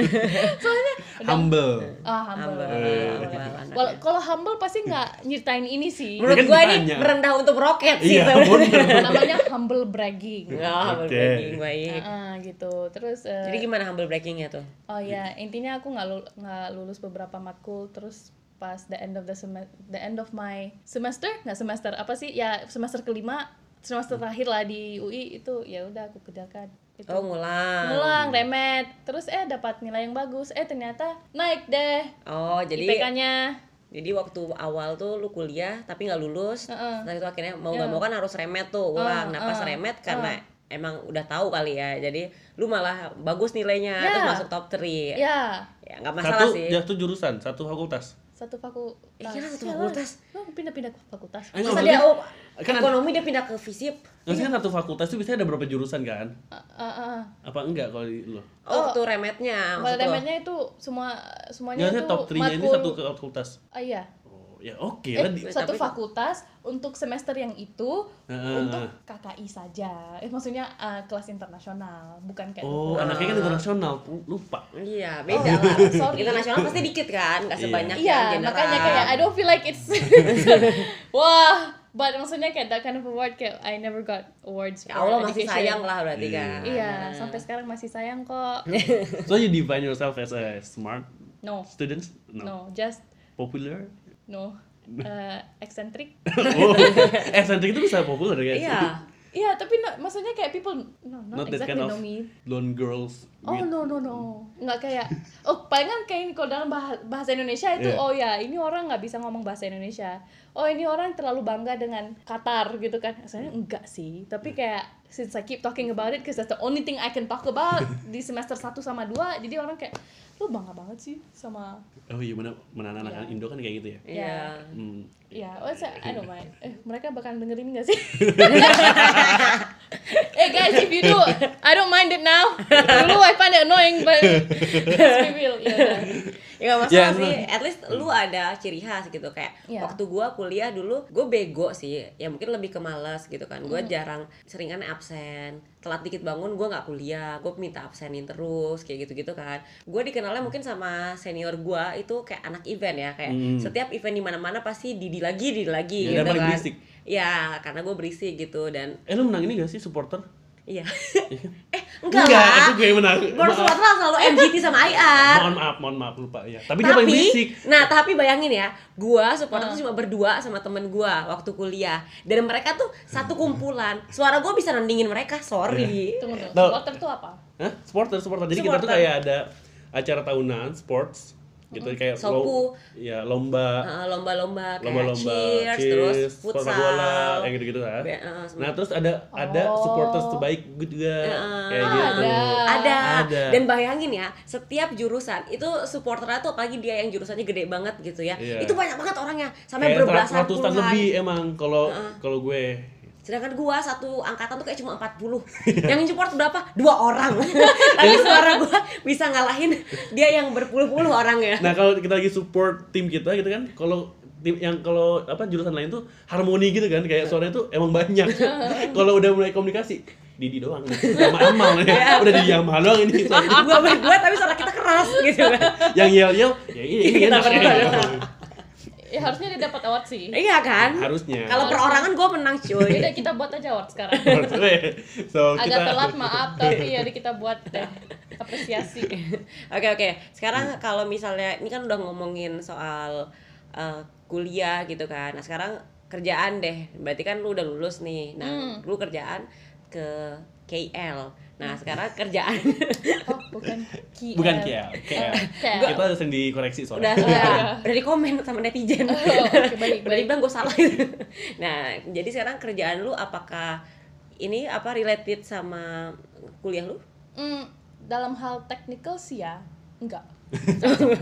[SPEAKER 3] soalnya
[SPEAKER 1] Humble.
[SPEAKER 3] ah
[SPEAKER 2] Humble,
[SPEAKER 3] humble,
[SPEAKER 1] Eh.
[SPEAKER 2] humble anaknya.
[SPEAKER 3] Well, kalau humble pasti nggak nyeritain ini sih
[SPEAKER 2] Menurut
[SPEAKER 1] Menurut Kan
[SPEAKER 2] gua ini
[SPEAKER 1] ditanya.
[SPEAKER 2] merendah untuk roket sih
[SPEAKER 1] Iya,
[SPEAKER 2] sebenarnya.
[SPEAKER 1] bener.
[SPEAKER 3] namanya humble bragging
[SPEAKER 2] Ya, humble
[SPEAKER 1] Oke.
[SPEAKER 2] bragging baik.
[SPEAKER 3] Ah, gitu terus eh,
[SPEAKER 2] Jadi gimana humble braggingnya tuh?
[SPEAKER 3] Oh ya,
[SPEAKER 2] Gitu.
[SPEAKER 3] intinya aku nggak lul- nggak lulus beberapa matkul terus pas the end of the seme- the end of my semester nggak semester apa sih ya semester kelima semester terakhir lah di UI itu ya udah aku kerjakan itu
[SPEAKER 2] Hmm. Oh, ngulang.
[SPEAKER 3] ngulang remet terus eh dapat nilai yang bagus eh ternyata naik deh
[SPEAKER 2] Oh, jadi
[SPEAKER 3] IPK-nya
[SPEAKER 2] jadi waktu awal tuh lu kuliah tapi nggak lulus.
[SPEAKER 3] Heeh.
[SPEAKER 2] Setelah itu akhirnya mau
[SPEAKER 3] Ya.
[SPEAKER 2] nggak mau kan harus remet tuh ulang.
[SPEAKER 3] Ah,
[SPEAKER 2] Nah, pas
[SPEAKER 3] ah,
[SPEAKER 2] remet karena emang udah tahu kali ya. Jadi lu malah bagus nilainya
[SPEAKER 3] Ya.
[SPEAKER 2] terus masuk top 3. Ya
[SPEAKER 3] ya
[SPEAKER 2] nggak masalah
[SPEAKER 1] Satu ya,
[SPEAKER 2] sih.
[SPEAKER 1] satu jurusan, satu fakultas.
[SPEAKER 3] satu fakultas
[SPEAKER 2] Eh, gila, satu
[SPEAKER 3] Sialan.
[SPEAKER 2] fakultas.
[SPEAKER 3] lu pindah-pindah ke fakultas
[SPEAKER 1] Eh,
[SPEAKER 2] Masa
[SPEAKER 1] Enggak,
[SPEAKER 2] dia oh,
[SPEAKER 1] kan ada-
[SPEAKER 2] ekonomi dia pindah ke fisip.
[SPEAKER 1] Maksudnya kan satu fakultas itu biasanya ada berapa jurusan kan?
[SPEAKER 3] Ah, ah, ah.
[SPEAKER 1] Apa enggak kalau di lo?
[SPEAKER 2] Oh,
[SPEAKER 3] Oh.
[SPEAKER 2] waktu remetnya
[SPEAKER 3] Kalau
[SPEAKER 2] maksud lu?
[SPEAKER 3] remetnya itu semua semuanya
[SPEAKER 1] Enggak, saya
[SPEAKER 3] itu
[SPEAKER 1] top 3-nya ini
[SPEAKER 3] matkul-
[SPEAKER 1] satu fakultas.
[SPEAKER 3] Ah, iya
[SPEAKER 1] Oh, ya oke lah. di-
[SPEAKER 3] Eh, satu
[SPEAKER 2] Tapi-
[SPEAKER 3] fakultas untuk semester yang itu
[SPEAKER 1] Heeh.
[SPEAKER 3] untuk KKI saja. Eh, maksudnya eh, kelas internasional, bukan kayak gitu.
[SPEAKER 1] Oh,
[SPEAKER 3] bukan-
[SPEAKER 1] anaknya kan internasional, lupa.
[SPEAKER 2] Iya, beda
[SPEAKER 3] Oh,
[SPEAKER 2] lah.
[SPEAKER 3] sorry.
[SPEAKER 2] Internasional pasti dikit kan, nggak
[SPEAKER 1] Iya.
[SPEAKER 2] sebanyak
[SPEAKER 3] Iya,
[SPEAKER 2] yang general.
[SPEAKER 3] makanya kayak I don't feel like it's wah, but maksudnya kayak that kind of award kayak I never got awards.
[SPEAKER 2] Ya
[SPEAKER 3] for
[SPEAKER 2] Allah masih
[SPEAKER 3] education.
[SPEAKER 2] sayang lah berarti
[SPEAKER 1] Iya.
[SPEAKER 2] kan.
[SPEAKER 3] Iya, sampai sekarang masih sayang kok.
[SPEAKER 1] So you define yourself as a smart
[SPEAKER 3] No,
[SPEAKER 1] student? No.
[SPEAKER 3] no, just
[SPEAKER 1] Popular?
[SPEAKER 3] no. Eh, eccentric.
[SPEAKER 1] oh, eh santri itu bisa populer guys.
[SPEAKER 2] Iya.
[SPEAKER 3] Iya, tapi no- maksudnya kayak people no, not,
[SPEAKER 1] Not that
[SPEAKER 3] exactly
[SPEAKER 1] kind
[SPEAKER 3] know
[SPEAKER 1] of-
[SPEAKER 3] me.
[SPEAKER 1] Lone girls.
[SPEAKER 3] Oh
[SPEAKER 1] with-
[SPEAKER 3] no no no, nggak kayak oh palingan kayak ini kalau dalam bah- bahasa Indonesia itu
[SPEAKER 1] Iya.
[SPEAKER 3] oh ya ini orang nggak bisa ngomong bahasa Indonesia, oh ini orang terlalu bangga dengan Qatar gitu kan, sebenarnya enggak sih, tapi kayak since I keep talking about it, because that's the only thing I can talk about di semester 1 sama 2 jadi orang kayak lu bangga banget sih sama
[SPEAKER 1] Oh iya mana mana anak anak
[SPEAKER 3] Iya.
[SPEAKER 1] Indo kan kayak gitu ya.
[SPEAKER 2] Iya.
[SPEAKER 1] Hmm.
[SPEAKER 3] ya oh it's- I don't mind, eh, mereka bakal dengerin nggak sih? eh guys if you do, I don't mind it now, dulu I find it annoying but we will, ya udah.
[SPEAKER 2] Ya Hmm. nggak masalah
[SPEAKER 1] Iya,
[SPEAKER 2] sih.
[SPEAKER 1] bener.
[SPEAKER 2] At least lu ada ciri khas gitu kayak
[SPEAKER 3] Iya.
[SPEAKER 2] waktu gua kuliah dulu gue bego sih. Ya mungkin lebih ke malas gitu kan. Gua jarang seringan absen. Telat dikit bangun gua nggak kuliah. Gue minta absenin terus kayak gitu-gitu kan. Gue dikenalnya mungkin sama senior gua itu kayak anak event ya kayak
[SPEAKER 1] Hmm.
[SPEAKER 2] setiap event di mana-mana pasti didi lagi, didi lagi
[SPEAKER 1] Ya, dan
[SPEAKER 2] gitu
[SPEAKER 1] paling
[SPEAKER 2] kan.
[SPEAKER 1] berisik.
[SPEAKER 2] Ya, karena gue berisik gitu dan
[SPEAKER 1] Eh lu menang ini gak sih supporter?
[SPEAKER 2] iya. eh, enggak,
[SPEAKER 1] itu
[SPEAKER 2] lah.
[SPEAKER 1] gue yang menang.
[SPEAKER 2] Baru
[SPEAKER 1] Maaf.
[SPEAKER 2] Sumatera selalu MGT sama IR.
[SPEAKER 1] Mohon maaf, mohon maaf lupa ya. Tapi, dia paling berisik.
[SPEAKER 2] Nah, tapi bayangin ya, gua supporter tuh cuma berdua sama temen gua waktu kuliah. Dan mereka tuh satu
[SPEAKER 1] Hmm.
[SPEAKER 2] kumpulan. Suara gua bisa nandingin mereka, sorry.
[SPEAKER 1] Iya.
[SPEAKER 3] Tunggu tunggu,
[SPEAKER 1] No.
[SPEAKER 3] supporter tuh apa?
[SPEAKER 1] Hah? Supporter, supporter. Jadi kita tuh
[SPEAKER 2] Supporter.
[SPEAKER 1] kayak ada acara tahunan sports gitu kayak
[SPEAKER 2] Sopu.
[SPEAKER 1] lo- ya lomba
[SPEAKER 2] Heeh, Lomba-lomba kayak
[SPEAKER 1] lomba-lomba
[SPEAKER 2] cheers, terus
[SPEAKER 1] sepak
[SPEAKER 2] futsal.
[SPEAKER 1] bola kayak gitu-gitu kan.
[SPEAKER 2] Be- eh, semua.
[SPEAKER 1] nah, terus ada ada
[SPEAKER 3] Oh.
[SPEAKER 1] supporters terbaik gue juga
[SPEAKER 2] Heeh.
[SPEAKER 1] kayak
[SPEAKER 3] Ah,
[SPEAKER 1] gitu.
[SPEAKER 3] ada.
[SPEAKER 2] ada.
[SPEAKER 1] Ada.
[SPEAKER 2] Dan bayangin ya, setiap jurusan itu supporternya tuh apalagi dia yang jurusannya gede banget gitu ya.
[SPEAKER 1] Iya.
[SPEAKER 2] Itu banyak banget orangnya, sampai
[SPEAKER 1] Kayak
[SPEAKER 2] berbelasan
[SPEAKER 1] ratusan
[SPEAKER 2] puluhan.
[SPEAKER 1] lebih emang kalau kalau gue
[SPEAKER 2] Sedangkan gua satu angkatan tuh kayak cuma 40 Yang support berapa? Dua orang Tapi suara gua bisa ngalahin dia yang berpuluh-puluh ya. orangnya
[SPEAKER 1] Nah, kalau kita lagi support tim kita gitu kan, kalau tim yang kalau apa jurusan lain tuh harmoni gitu kan, kayak suaranya tuh emang banyak. kalau udah mulai komunikasi, Didi doang nih, sama Amal nih. Udah Didi Amal doang ini. suaranya.
[SPEAKER 2] Gua berdua tapi suara kita keras gitu kan
[SPEAKER 1] yang yel-yel, ya ini, ini
[SPEAKER 2] Kita
[SPEAKER 1] enak.
[SPEAKER 2] berdua.
[SPEAKER 3] Ya harusnya dia dapat award sih.
[SPEAKER 2] Iya kan?
[SPEAKER 1] Harusnya.
[SPEAKER 2] Kalau perorangan gua menang
[SPEAKER 3] Ya
[SPEAKER 2] cuy
[SPEAKER 3] udah kita buat aja award sekarang.
[SPEAKER 1] so,
[SPEAKER 3] Agak
[SPEAKER 1] kita
[SPEAKER 3] telat maaf tapi ya udah kita buat deh apresiasi.
[SPEAKER 2] Oke oke Sekarang kalau misalnya Ini kan udah ngomongin soal eh, kuliah gitu kan Nah sekarang kerjaan deh Berarti kan lu udah lulus nih Nah lu kerjaan ke KL Nah sekarang kerjaan
[SPEAKER 3] Oh bukan Eh, KL.
[SPEAKER 1] bukan KL, KL.
[SPEAKER 3] KL.
[SPEAKER 1] Kita udah sering dikoreksi
[SPEAKER 2] udah
[SPEAKER 1] soalnya.
[SPEAKER 2] udah udah di komen sama netizen
[SPEAKER 3] Oh, oke, baik,
[SPEAKER 2] udah
[SPEAKER 3] baik.
[SPEAKER 2] dibilang gue salah nah jadi sekarang kerjaan lu apakah ini apa related sama kuliah lu
[SPEAKER 3] Hmm, dalam hal technical sih ya enggak.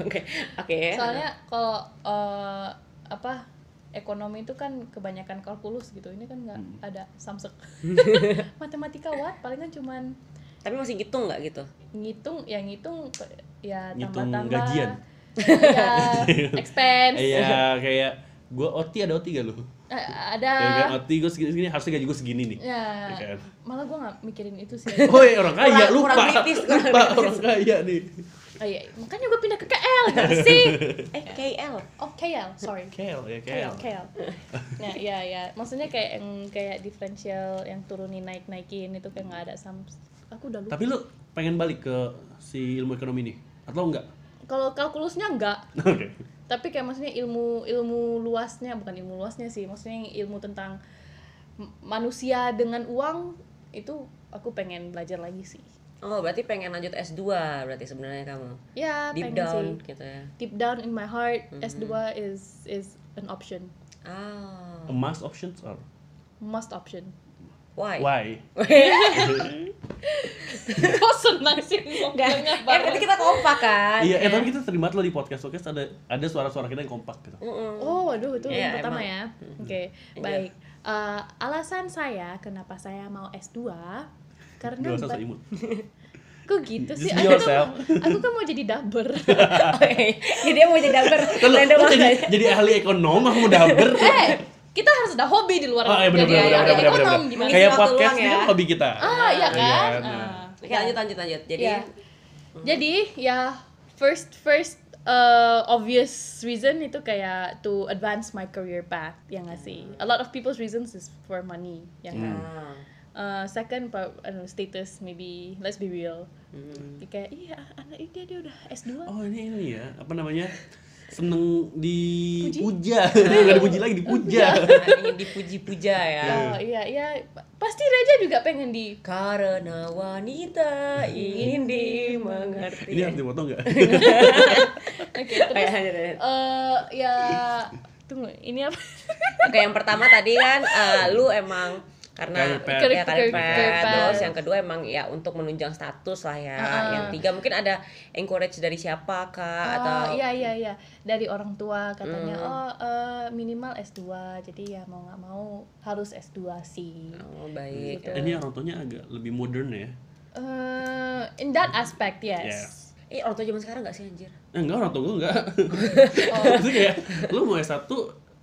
[SPEAKER 2] oke oke
[SPEAKER 3] Soalnya kalau eh, apa ekonomi itu kan kebanyakan kalkulus gitu ini kan nggak
[SPEAKER 1] Hmm.
[SPEAKER 3] ada samsek matematika what palingan cuman
[SPEAKER 2] Tapi masih gitu nggak gitu?
[SPEAKER 3] ngitung ya ngitung ya
[SPEAKER 1] Ngitung
[SPEAKER 3] tambah-tambah
[SPEAKER 1] gajian.
[SPEAKER 3] ya expense
[SPEAKER 1] Iya, kayak gue OT ada OT gak lu?
[SPEAKER 3] Eh,
[SPEAKER 1] Kayak kan
[SPEAKER 3] ada
[SPEAKER 1] OT gue segini, segini harusnya gaji gue segini
[SPEAKER 2] Iya.
[SPEAKER 1] nih.
[SPEAKER 3] ya
[SPEAKER 1] Ya kan?
[SPEAKER 3] malah gue nggak mikirin itu sih
[SPEAKER 1] Oh iya, orang kaya
[SPEAKER 2] Kurang-
[SPEAKER 1] lupa.
[SPEAKER 2] kurang kritis, kurang
[SPEAKER 1] lupa orang kaya nih.
[SPEAKER 3] Ah, iya. makanya gue pindah ke KL nggak sih
[SPEAKER 2] Eh KL.
[SPEAKER 3] oh KL sorry
[SPEAKER 1] Kel ya kel.
[SPEAKER 3] KL KL nah ya ya maksudnya kayak yang kayak differential yang turunin naik naikin itu kayak nggak ada sam aku udah lupa
[SPEAKER 1] Tapi lu pengen balik ke si ilmu ekonomi ini atau enggak?
[SPEAKER 3] kalau kalkulusnya enggak
[SPEAKER 1] Oke.
[SPEAKER 3] tapi kayak maksudnya ilmu ilmu luasnya bukan ilmu luasnya sih maksudnya yang ilmu tentang m- manusia dengan uang itu aku pengen belajar lagi sih
[SPEAKER 2] Oh, berarti pengen lanjut S2 berarti sebenarnya kamu.
[SPEAKER 3] ya
[SPEAKER 2] Deep
[SPEAKER 3] pengen
[SPEAKER 2] down Mm-hmm.
[SPEAKER 3] sih
[SPEAKER 2] gitu ya.
[SPEAKER 3] deep down in my heart S2 is is an option
[SPEAKER 2] Ah.
[SPEAKER 1] A must options or
[SPEAKER 3] must option
[SPEAKER 2] Why?
[SPEAKER 1] why?
[SPEAKER 3] kok senang sih
[SPEAKER 2] Nggak.
[SPEAKER 3] ngomongnya
[SPEAKER 2] Eh, berarti kita kompak kan?
[SPEAKER 1] Iya, eh tapi kita terima lo di podcast podcast ada ada suara-suara kita yang kompak gitu.
[SPEAKER 2] Mm-mm.
[SPEAKER 3] Oh, waduh, itu
[SPEAKER 2] Iya,
[SPEAKER 3] yang pertama
[SPEAKER 2] emang.
[SPEAKER 3] ya. Oke,
[SPEAKER 2] Iya.
[SPEAKER 3] baik. Eh, alasan saya kenapa saya mau S2 karena
[SPEAKER 1] Gak
[SPEAKER 2] ya?
[SPEAKER 1] usah
[SPEAKER 3] ba-
[SPEAKER 1] so imut.
[SPEAKER 3] kok gitu sih?
[SPEAKER 1] Just be
[SPEAKER 3] Aku kan,
[SPEAKER 1] yourself.
[SPEAKER 3] mau, aku kan mau jadi daber.
[SPEAKER 2] Oke. Jadi dia mau jadi dapur.
[SPEAKER 1] Kan lu- lu jadi, jadi ahli ekonom aku udah ber.
[SPEAKER 3] eh, kita harus ada hobi di luar
[SPEAKER 1] Oh, iya benar
[SPEAKER 3] jadi
[SPEAKER 1] benar
[SPEAKER 2] iya,
[SPEAKER 1] benar
[SPEAKER 2] iya,
[SPEAKER 1] benar benar.
[SPEAKER 3] ekonom gimana?
[SPEAKER 1] Kayak
[SPEAKER 2] Mengisi waktu
[SPEAKER 1] podcast
[SPEAKER 2] luang
[SPEAKER 1] ini
[SPEAKER 2] ya.
[SPEAKER 1] kan hobi kita.
[SPEAKER 3] Ah, iya kan?
[SPEAKER 1] Iya, nah.
[SPEAKER 3] Ah.
[SPEAKER 2] Oke, lanjut lanjut lanjut. Jadi
[SPEAKER 3] Iya. Jadi, ya first first uh, obvious reason itu kayak to advance my career path, ya nggak sih? A lot of people's reasons is for money, ya nggak?
[SPEAKER 2] Ah.
[SPEAKER 3] Uh, second, pa- I don't know, status maybe. Let's be real.
[SPEAKER 2] Hmm.
[SPEAKER 3] Dia Kayak iya anak ini dia, dia udah S2.
[SPEAKER 1] Oh, ini ini ya, apa namanya? Seneng
[SPEAKER 3] Puji?
[SPEAKER 1] dipuja. Enggak dipuji lagi, dipuja.
[SPEAKER 2] ingin ah, dipuji-puja ya.
[SPEAKER 3] Oh, iya iya pasti Raja juga pengen di
[SPEAKER 2] Karena wanita ingin dimengerti.
[SPEAKER 1] Ini harus dipotong enggak?
[SPEAKER 2] Iya, gitu.
[SPEAKER 3] Oke,
[SPEAKER 2] Oke,
[SPEAKER 3] terus
[SPEAKER 2] lanjut, lanjut.
[SPEAKER 3] eh, ya tunggu ini apa
[SPEAKER 2] Oke, yang pertama tadi kan eh, lu emang karena
[SPEAKER 1] Karir pet.
[SPEAKER 2] ya
[SPEAKER 3] Karir-
[SPEAKER 2] karir
[SPEAKER 3] karir
[SPEAKER 2] pet.
[SPEAKER 3] pet.
[SPEAKER 2] terus yang kedua emang ya untuk menunjang status lah ya
[SPEAKER 3] Ah.
[SPEAKER 2] yang tiga mungkin ada encourage dari siapa kak Ah, atau
[SPEAKER 3] Oh, iya iya iya dari orang tua katanya
[SPEAKER 2] Hmm.
[SPEAKER 3] oh eh, minimal S2 jadi ya mau nggak mau harus S2 sih
[SPEAKER 2] oh, baik
[SPEAKER 3] Gitu.
[SPEAKER 1] Ini orang tuanya agak lebih modern ya.
[SPEAKER 3] Eh, in that aspect yes
[SPEAKER 2] eh orang tua zaman sekarang nggak sih anjir
[SPEAKER 1] Eh, enggak orang tua gue enggak.
[SPEAKER 3] Oh.
[SPEAKER 1] Itu kayak lu mau S1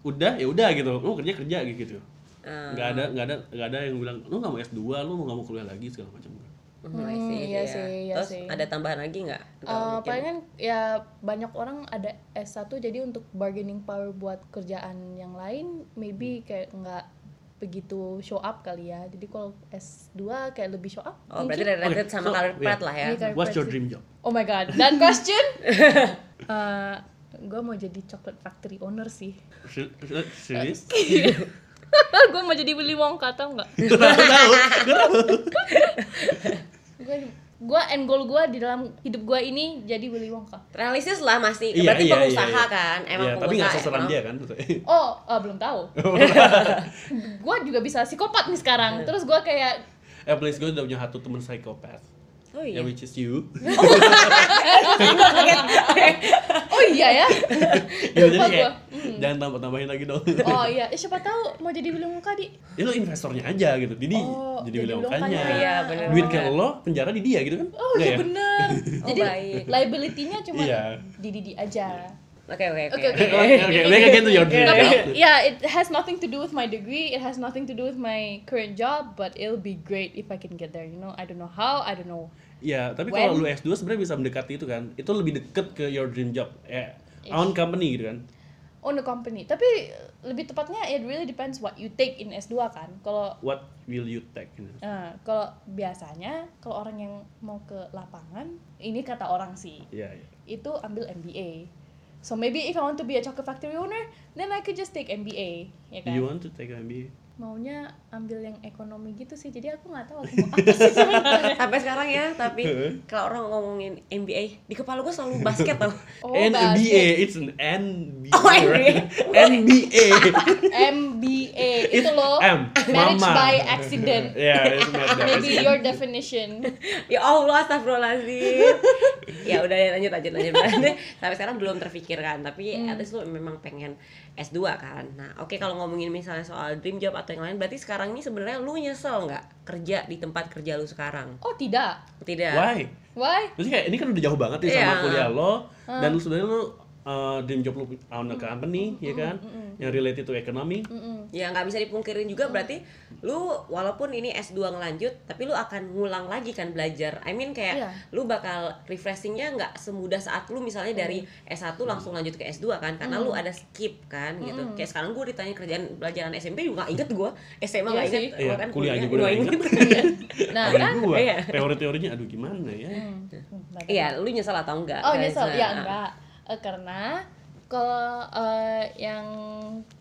[SPEAKER 1] udah ya udah gitu. Lu kerja kerja gitu.
[SPEAKER 2] Ah,
[SPEAKER 1] Enggak ada enggak ada enggak ada yang bilang lu enggak mau S2, lu mau enggak mau kuliah lagi segala macam.
[SPEAKER 2] hmm, I
[SPEAKER 3] Hmm,
[SPEAKER 2] see, iya.
[SPEAKER 3] iya sih, iya
[SPEAKER 2] terus
[SPEAKER 3] sih.
[SPEAKER 2] ada tambahan lagi nggak Atau
[SPEAKER 3] Eh,
[SPEAKER 2] mungkin-
[SPEAKER 3] palingan ya banyak orang ada S1 jadi untuk bargaining power buat kerjaan yang lain
[SPEAKER 2] Hmm.
[SPEAKER 3] maybe kayak nggak begitu show up kali ya jadi kalau S2 kayak lebih show up
[SPEAKER 2] oh berarti
[SPEAKER 3] mungkin.
[SPEAKER 2] related
[SPEAKER 1] Oke,
[SPEAKER 2] sama
[SPEAKER 1] so,
[SPEAKER 2] karir
[SPEAKER 1] iya.
[SPEAKER 2] pet lah ya
[SPEAKER 3] Iya, karir
[SPEAKER 1] What's your
[SPEAKER 3] pet.
[SPEAKER 1] dream job?
[SPEAKER 3] oh my god that question Eh gue mau jadi chocolate factory owner sih
[SPEAKER 1] Se-
[SPEAKER 2] Eh,
[SPEAKER 1] se- Serius?
[SPEAKER 3] gue mau jadi Willy Wonka tau nggak
[SPEAKER 1] Gue tahu.
[SPEAKER 3] gue gue end goal gue di dalam hidup gue ini jadi Willy Wonka
[SPEAKER 2] realistis lah masih
[SPEAKER 1] Iya,
[SPEAKER 2] berarti
[SPEAKER 1] iya,
[SPEAKER 2] pengusaha
[SPEAKER 1] iya, iya.
[SPEAKER 2] kan emang
[SPEAKER 1] Iya,
[SPEAKER 2] pengusaha
[SPEAKER 1] tapi enggak sasaran
[SPEAKER 2] emang.
[SPEAKER 1] dia kan.
[SPEAKER 3] oh eh, belum tahu gue juga bisa psikopat nih sekarang terus gue kayak
[SPEAKER 1] Eh, please gue udah punya satu temen psikopat.
[SPEAKER 2] oh iya
[SPEAKER 1] Ya which is you.
[SPEAKER 3] oh iya ya
[SPEAKER 1] ya jadi
[SPEAKER 3] Lupa
[SPEAKER 1] kayak
[SPEAKER 3] gua. Hmm.
[SPEAKER 1] jangan tambah tambahin lagi dong.
[SPEAKER 3] Oh iya, eh, siapa tahu mau jadi Willy Wonka di.
[SPEAKER 1] ya lo investornya aja gitu. Jadi
[SPEAKER 3] Oh,
[SPEAKER 1] jadi
[SPEAKER 3] jadi
[SPEAKER 1] Willy
[SPEAKER 3] Wonka-nya.
[SPEAKER 1] Wonka-nya.
[SPEAKER 2] iya benar
[SPEAKER 1] Duit ke lo, penjara di dia gitu kan?
[SPEAKER 3] Oh
[SPEAKER 1] Nggak
[SPEAKER 3] iya bener.
[SPEAKER 2] Oh,
[SPEAKER 3] jadi
[SPEAKER 2] baik.
[SPEAKER 3] liability-nya cuma
[SPEAKER 1] Iya.
[SPEAKER 3] di Didi aja.
[SPEAKER 2] oke oke
[SPEAKER 3] Oke,
[SPEAKER 2] oke
[SPEAKER 1] Oke, oke, oke, kayak gitu your dream
[SPEAKER 3] Tapi
[SPEAKER 1] job.
[SPEAKER 3] ya it has nothing to do with my degree, it has nothing to do with my current job, but it'll be great if I can get there, you know. I don't know how, I don't know.
[SPEAKER 1] Ya, tapi
[SPEAKER 3] When?
[SPEAKER 1] kalau lu S2 sebenarnya bisa mendekati itu kan. Itu lebih deket ke your dream job. Eh, own company gitu kan.
[SPEAKER 3] Own a company. Tapi lebih tepatnya it really depends what you take in S2 kan. Kalau
[SPEAKER 1] What will you take? gitu.
[SPEAKER 3] eh, kalau biasanya kalau orang yang mau ke lapangan, ini kata orang sih.
[SPEAKER 1] Iya, iya.
[SPEAKER 3] itu ambil MBA. So maybe if I want to be a chocolate factory owner, then I could just take MBA, ya
[SPEAKER 1] Do you
[SPEAKER 3] kan?
[SPEAKER 1] want to take an MBA?
[SPEAKER 3] maunya ambil yang ekonomi gitu sih jadi aku nggak tahu aku mau apa sih sebenarnya.
[SPEAKER 2] sampai sekarang ya tapi kalau orang ngomongin MBA di kepala gue selalu basket tau
[SPEAKER 3] oh,
[SPEAKER 1] NBA,
[SPEAKER 3] basket.
[SPEAKER 1] it's an NBA.
[SPEAKER 2] Oh, NBA.
[SPEAKER 1] NBA.
[SPEAKER 3] MBA itu
[SPEAKER 1] It's
[SPEAKER 3] Gitu loh
[SPEAKER 1] M,
[SPEAKER 3] marriage
[SPEAKER 1] mama.
[SPEAKER 3] by accident
[SPEAKER 1] Yeah, it's not that.
[SPEAKER 3] maybe your definition
[SPEAKER 2] ya Allah astagfirullahaladzim ya udah ya, lanjut lanjut lanjut Berarti sampai sekarang belum terpikirkan tapi at least lu memang pengen S2 kan nah oke kalau ngomongin misalnya soal dream job atau yang lain berarti sekarang ini sebenarnya lu nyesel nggak kerja di tempat kerja lu sekarang
[SPEAKER 3] oh tidak
[SPEAKER 2] tidak
[SPEAKER 1] Why?
[SPEAKER 3] why
[SPEAKER 1] Terus kayak ini kan udah jauh banget nih sama
[SPEAKER 2] Iya.
[SPEAKER 1] kuliah lo
[SPEAKER 3] Ah.
[SPEAKER 1] dan lu sebenarnya lu uh, dream job lu owner company ya kan yang related to economy.
[SPEAKER 3] Hmm. Mm-mm.
[SPEAKER 2] ya nggak bisa dipungkirin juga berarti lu walaupun ini S2 ngelanjut tapi lu akan ngulang lagi kan belajar I mean
[SPEAKER 1] Ya.
[SPEAKER 2] kayak
[SPEAKER 3] Iya.
[SPEAKER 2] lu bakal refreshingnya nggak semudah saat lu misalnya dari
[SPEAKER 3] Hmm.
[SPEAKER 2] S1 langsung lanjut ke S2 kan karena lu ada skip kan gitu
[SPEAKER 3] Hmm.
[SPEAKER 2] kayak sekarang gue ditanya kerjaan pelajaran SMP juga nggak inget gue SMA nggak
[SPEAKER 3] Iya
[SPEAKER 2] inget
[SPEAKER 3] sih.
[SPEAKER 1] Iya,
[SPEAKER 2] gua kan
[SPEAKER 1] kuliah aja
[SPEAKER 2] kuliah
[SPEAKER 1] gua udah
[SPEAKER 2] nggak
[SPEAKER 1] nggak
[SPEAKER 2] inget
[SPEAKER 3] nah
[SPEAKER 1] Aduh,
[SPEAKER 3] kan
[SPEAKER 1] gua
[SPEAKER 2] Iya.
[SPEAKER 1] teori-teorinya aduh gimana ya?
[SPEAKER 3] Hmm, nggak tahu.
[SPEAKER 2] iya lu nyesel atau Nah, enggak
[SPEAKER 3] Oh nyesel, ya enggak Eh, Karena kalau eh, yang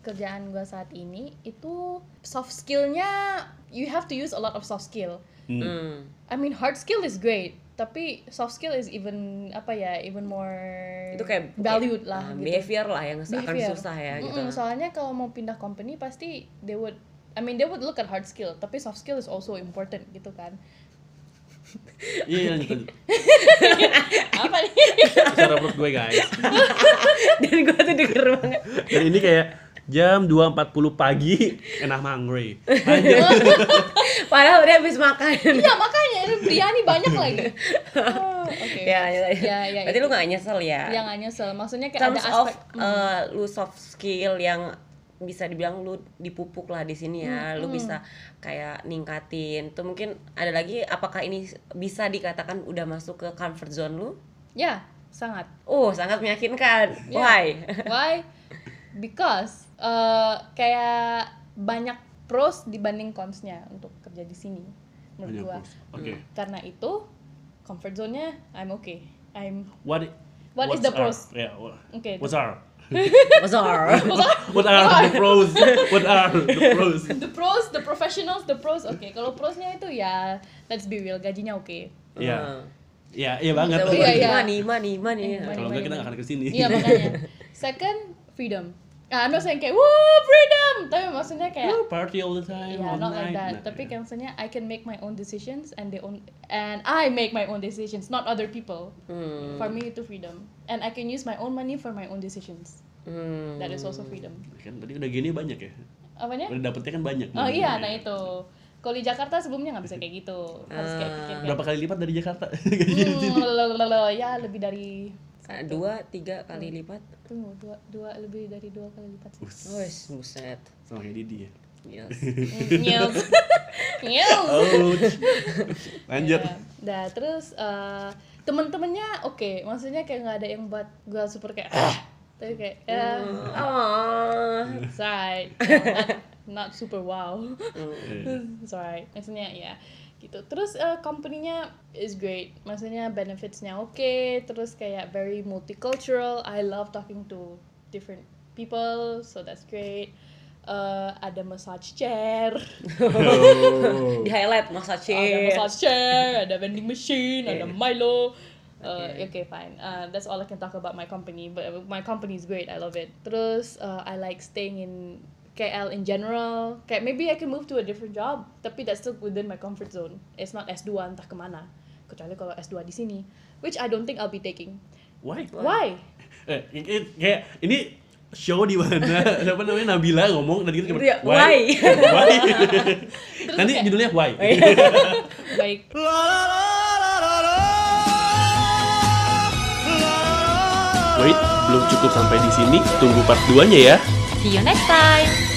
[SPEAKER 3] kerjaan gua saat ini itu soft skillnya you have to use a lot of soft skill
[SPEAKER 1] Hmm.
[SPEAKER 2] hmm.
[SPEAKER 3] I mean hard skill is great tapi soft skill is even apa ya even more
[SPEAKER 2] itu kayak
[SPEAKER 3] valued
[SPEAKER 2] kayak, uh,
[SPEAKER 3] lah gitu
[SPEAKER 2] behavior lah yang akan
[SPEAKER 3] Behavior.
[SPEAKER 2] susah ya gitu
[SPEAKER 3] Mm-mm, soalnya kalau mau pindah company pasti they would I mean they would look at hard skill tapi soft skill is also important gitu kan
[SPEAKER 1] Iya, iya, lanjut, lanjut.
[SPEAKER 3] apa nih
[SPEAKER 1] Suara perut gue, guys.
[SPEAKER 2] dan gue tuh denger banget
[SPEAKER 1] Dan ini kayak jam 2.40 pagi and I'm hungry. Lanjut.
[SPEAKER 3] Oh.
[SPEAKER 2] padahal udah habis makan
[SPEAKER 3] ya makanya ini biryani banyak lagi Oh, oke
[SPEAKER 2] ya, ya, ya.
[SPEAKER 3] Ya, ya,
[SPEAKER 2] berarti
[SPEAKER 3] itu.
[SPEAKER 2] lu gak nyesel ya
[SPEAKER 3] yang gak nyesel maksudnya kayak
[SPEAKER 2] terms
[SPEAKER 3] ada
[SPEAKER 2] of
[SPEAKER 3] aspek mm. hmm.
[SPEAKER 2] uh, lu soft skill yang bisa dibilang lu dipupuk lah di sini ya lu bisa kayak ningkatin tuh mungkin ada lagi apakah ini bisa dikatakan udah masuk ke comfort zone lu
[SPEAKER 3] ya sangat
[SPEAKER 2] oh sangat meyakinkan
[SPEAKER 3] Ya.
[SPEAKER 2] why
[SPEAKER 3] why because uh, kayak banyak pros dibanding consnya untuk kerja di sini menurut
[SPEAKER 1] Banyak
[SPEAKER 3] gua
[SPEAKER 1] pros. Oke.
[SPEAKER 3] karena itu comfort zone-nya I'm okay I'm
[SPEAKER 1] What
[SPEAKER 3] What is
[SPEAKER 1] what's
[SPEAKER 3] the
[SPEAKER 1] our-
[SPEAKER 3] pros?
[SPEAKER 1] Yeah, what-
[SPEAKER 3] okay
[SPEAKER 1] what's our?
[SPEAKER 2] besar
[SPEAKER 1] What are the pros? What are the pros?
[SPEAKER 3] the pros the professionals the pros oke kalau prosnya itu ya let's be real gajinya oke
[SPEAKER 2] Hmm.
[SPEAKER 1] Iya. Iya, iya banget.
[SPEAKER 3] Ah. Iya, iya.
[SPEAKER 2] money money money
[SPEAKER 3] Iya.
[SPEAKER 1] Kalau enggak kita nggak akan ke sini.
[SPEAKER 3] Iya makanya. Second, freedom. Ah, I'm not saying kayak woo freedom, tapi maksudnya kayak
[SPEAKER 1] Woo, party all the time,
[SPEAKER 3] yeah,
[SPEAKER 1] all
[SPEAKER 3] not
[SPEAKER 1] night.
[SPEAKER 3] like that.
[SPEAKER 1] Nah,
[SPEAKER 3] tapi
[SPEAKER 1] iya.
[SPEAKER 3] kayak maksudnya I can make my own decisions and they own and I make my own decisions, not other people.
[SPEAKER 2] Hmm.
[SPEAKER 3] For me itu freedom. And I can use my own money for my own decisions.
[SPEAKER 2] Hmm.
[SPEAKER 3] That is also freedom.
[SPEAKER 1] kan tadi udah gini banyak ya.
[SPEAKER 3] Apanya?
[SPEAKER 1] Udah dapetnya kan banyak.
[SPEAKER 3] Eh? Oh iya, nah itu. Kalau di Jakarta sebelumnya nggak bisa kayak gitu. Harus kayak pikir kayak,
[SPEAKER 1] Berapa kali lipat dari Jakarta? iya.
[SPEAKER 3] "Hmm, lalalala." ya lebih dari
[SPEAKER 2] dua tiga kali lipat
[SPEAKER 3] tunggu dua, dua lebih dari dua kali lipat.
[SPEAKER 1] Us,
[SPEAKER 2] Wes, buset
[SPEAKER 1] Sama kayak Didi ya.
[SPEAKER 2] Yes.
[SPEAKER 3] Nyels. Nyels.
[SPEAKER 1] Ouch. Lanjut.
[SPEAKER 3] Ya. Nah, terus eh, temen-temennya oke, maksudnya kayak nggak ada yang buat gua super kayak ah, tapi kayak ya
[SPEAKER 2] Hmm. Oh.
[SPEAKER 3] it's alright. Not- not super wow.
[SPEAKER 1] Iya.
[SPEAKER 3] it's alright. Maksudnya ya gitu. Terus eh, company-nya is great. Maksudnya benefits-nya oke, terus kayak very multicultural. I love talking to different people, so that's great. Eh, ada massage chair.
[SPEAKER 1] Oh.
[SPEAKER 2] Di highlight masa C.
[SPEAKER 3] ada massage chair, ada vending machine, ada
[SPEAKER 2] Yeah.
[SPEAKER 3] Milo. Uh,
[SPEAKER 2] Okay.
[SPEAKER 3] okay. fine. Uh, that's all I can talk about my company. But uh, my company is great. I love it. Terus, uh, I like staying in KL in general. Kayak maybe I can move to a different job, tapi that's still within my comfort zone. It's not S2 entah kemana. Kecuali kalau S2 di sini, which I don't think I'll be taking.
[SPEAKER 1] Why?
[SPEAKER 3] Why?
[SPEAKER 1] Eh, i- i- kayak ini show di mana apa namanya Nabila ngomong dan
[SPEAKER 2] Iya,
[SPEAKER 1] kita kayak
[SPEAKER 2] why?
[SPEAKER 1] why? Nanti
[SPEAKER 3] kayak- Oh, iya.
[SPEAKER 1] judulnya why.
[SPEAKER 3] Like
[SPEAKER 1] Wait, belum cukup sampai di sini. Tunggu part 2-nya ya.
[SPEAKER 2] See you next time.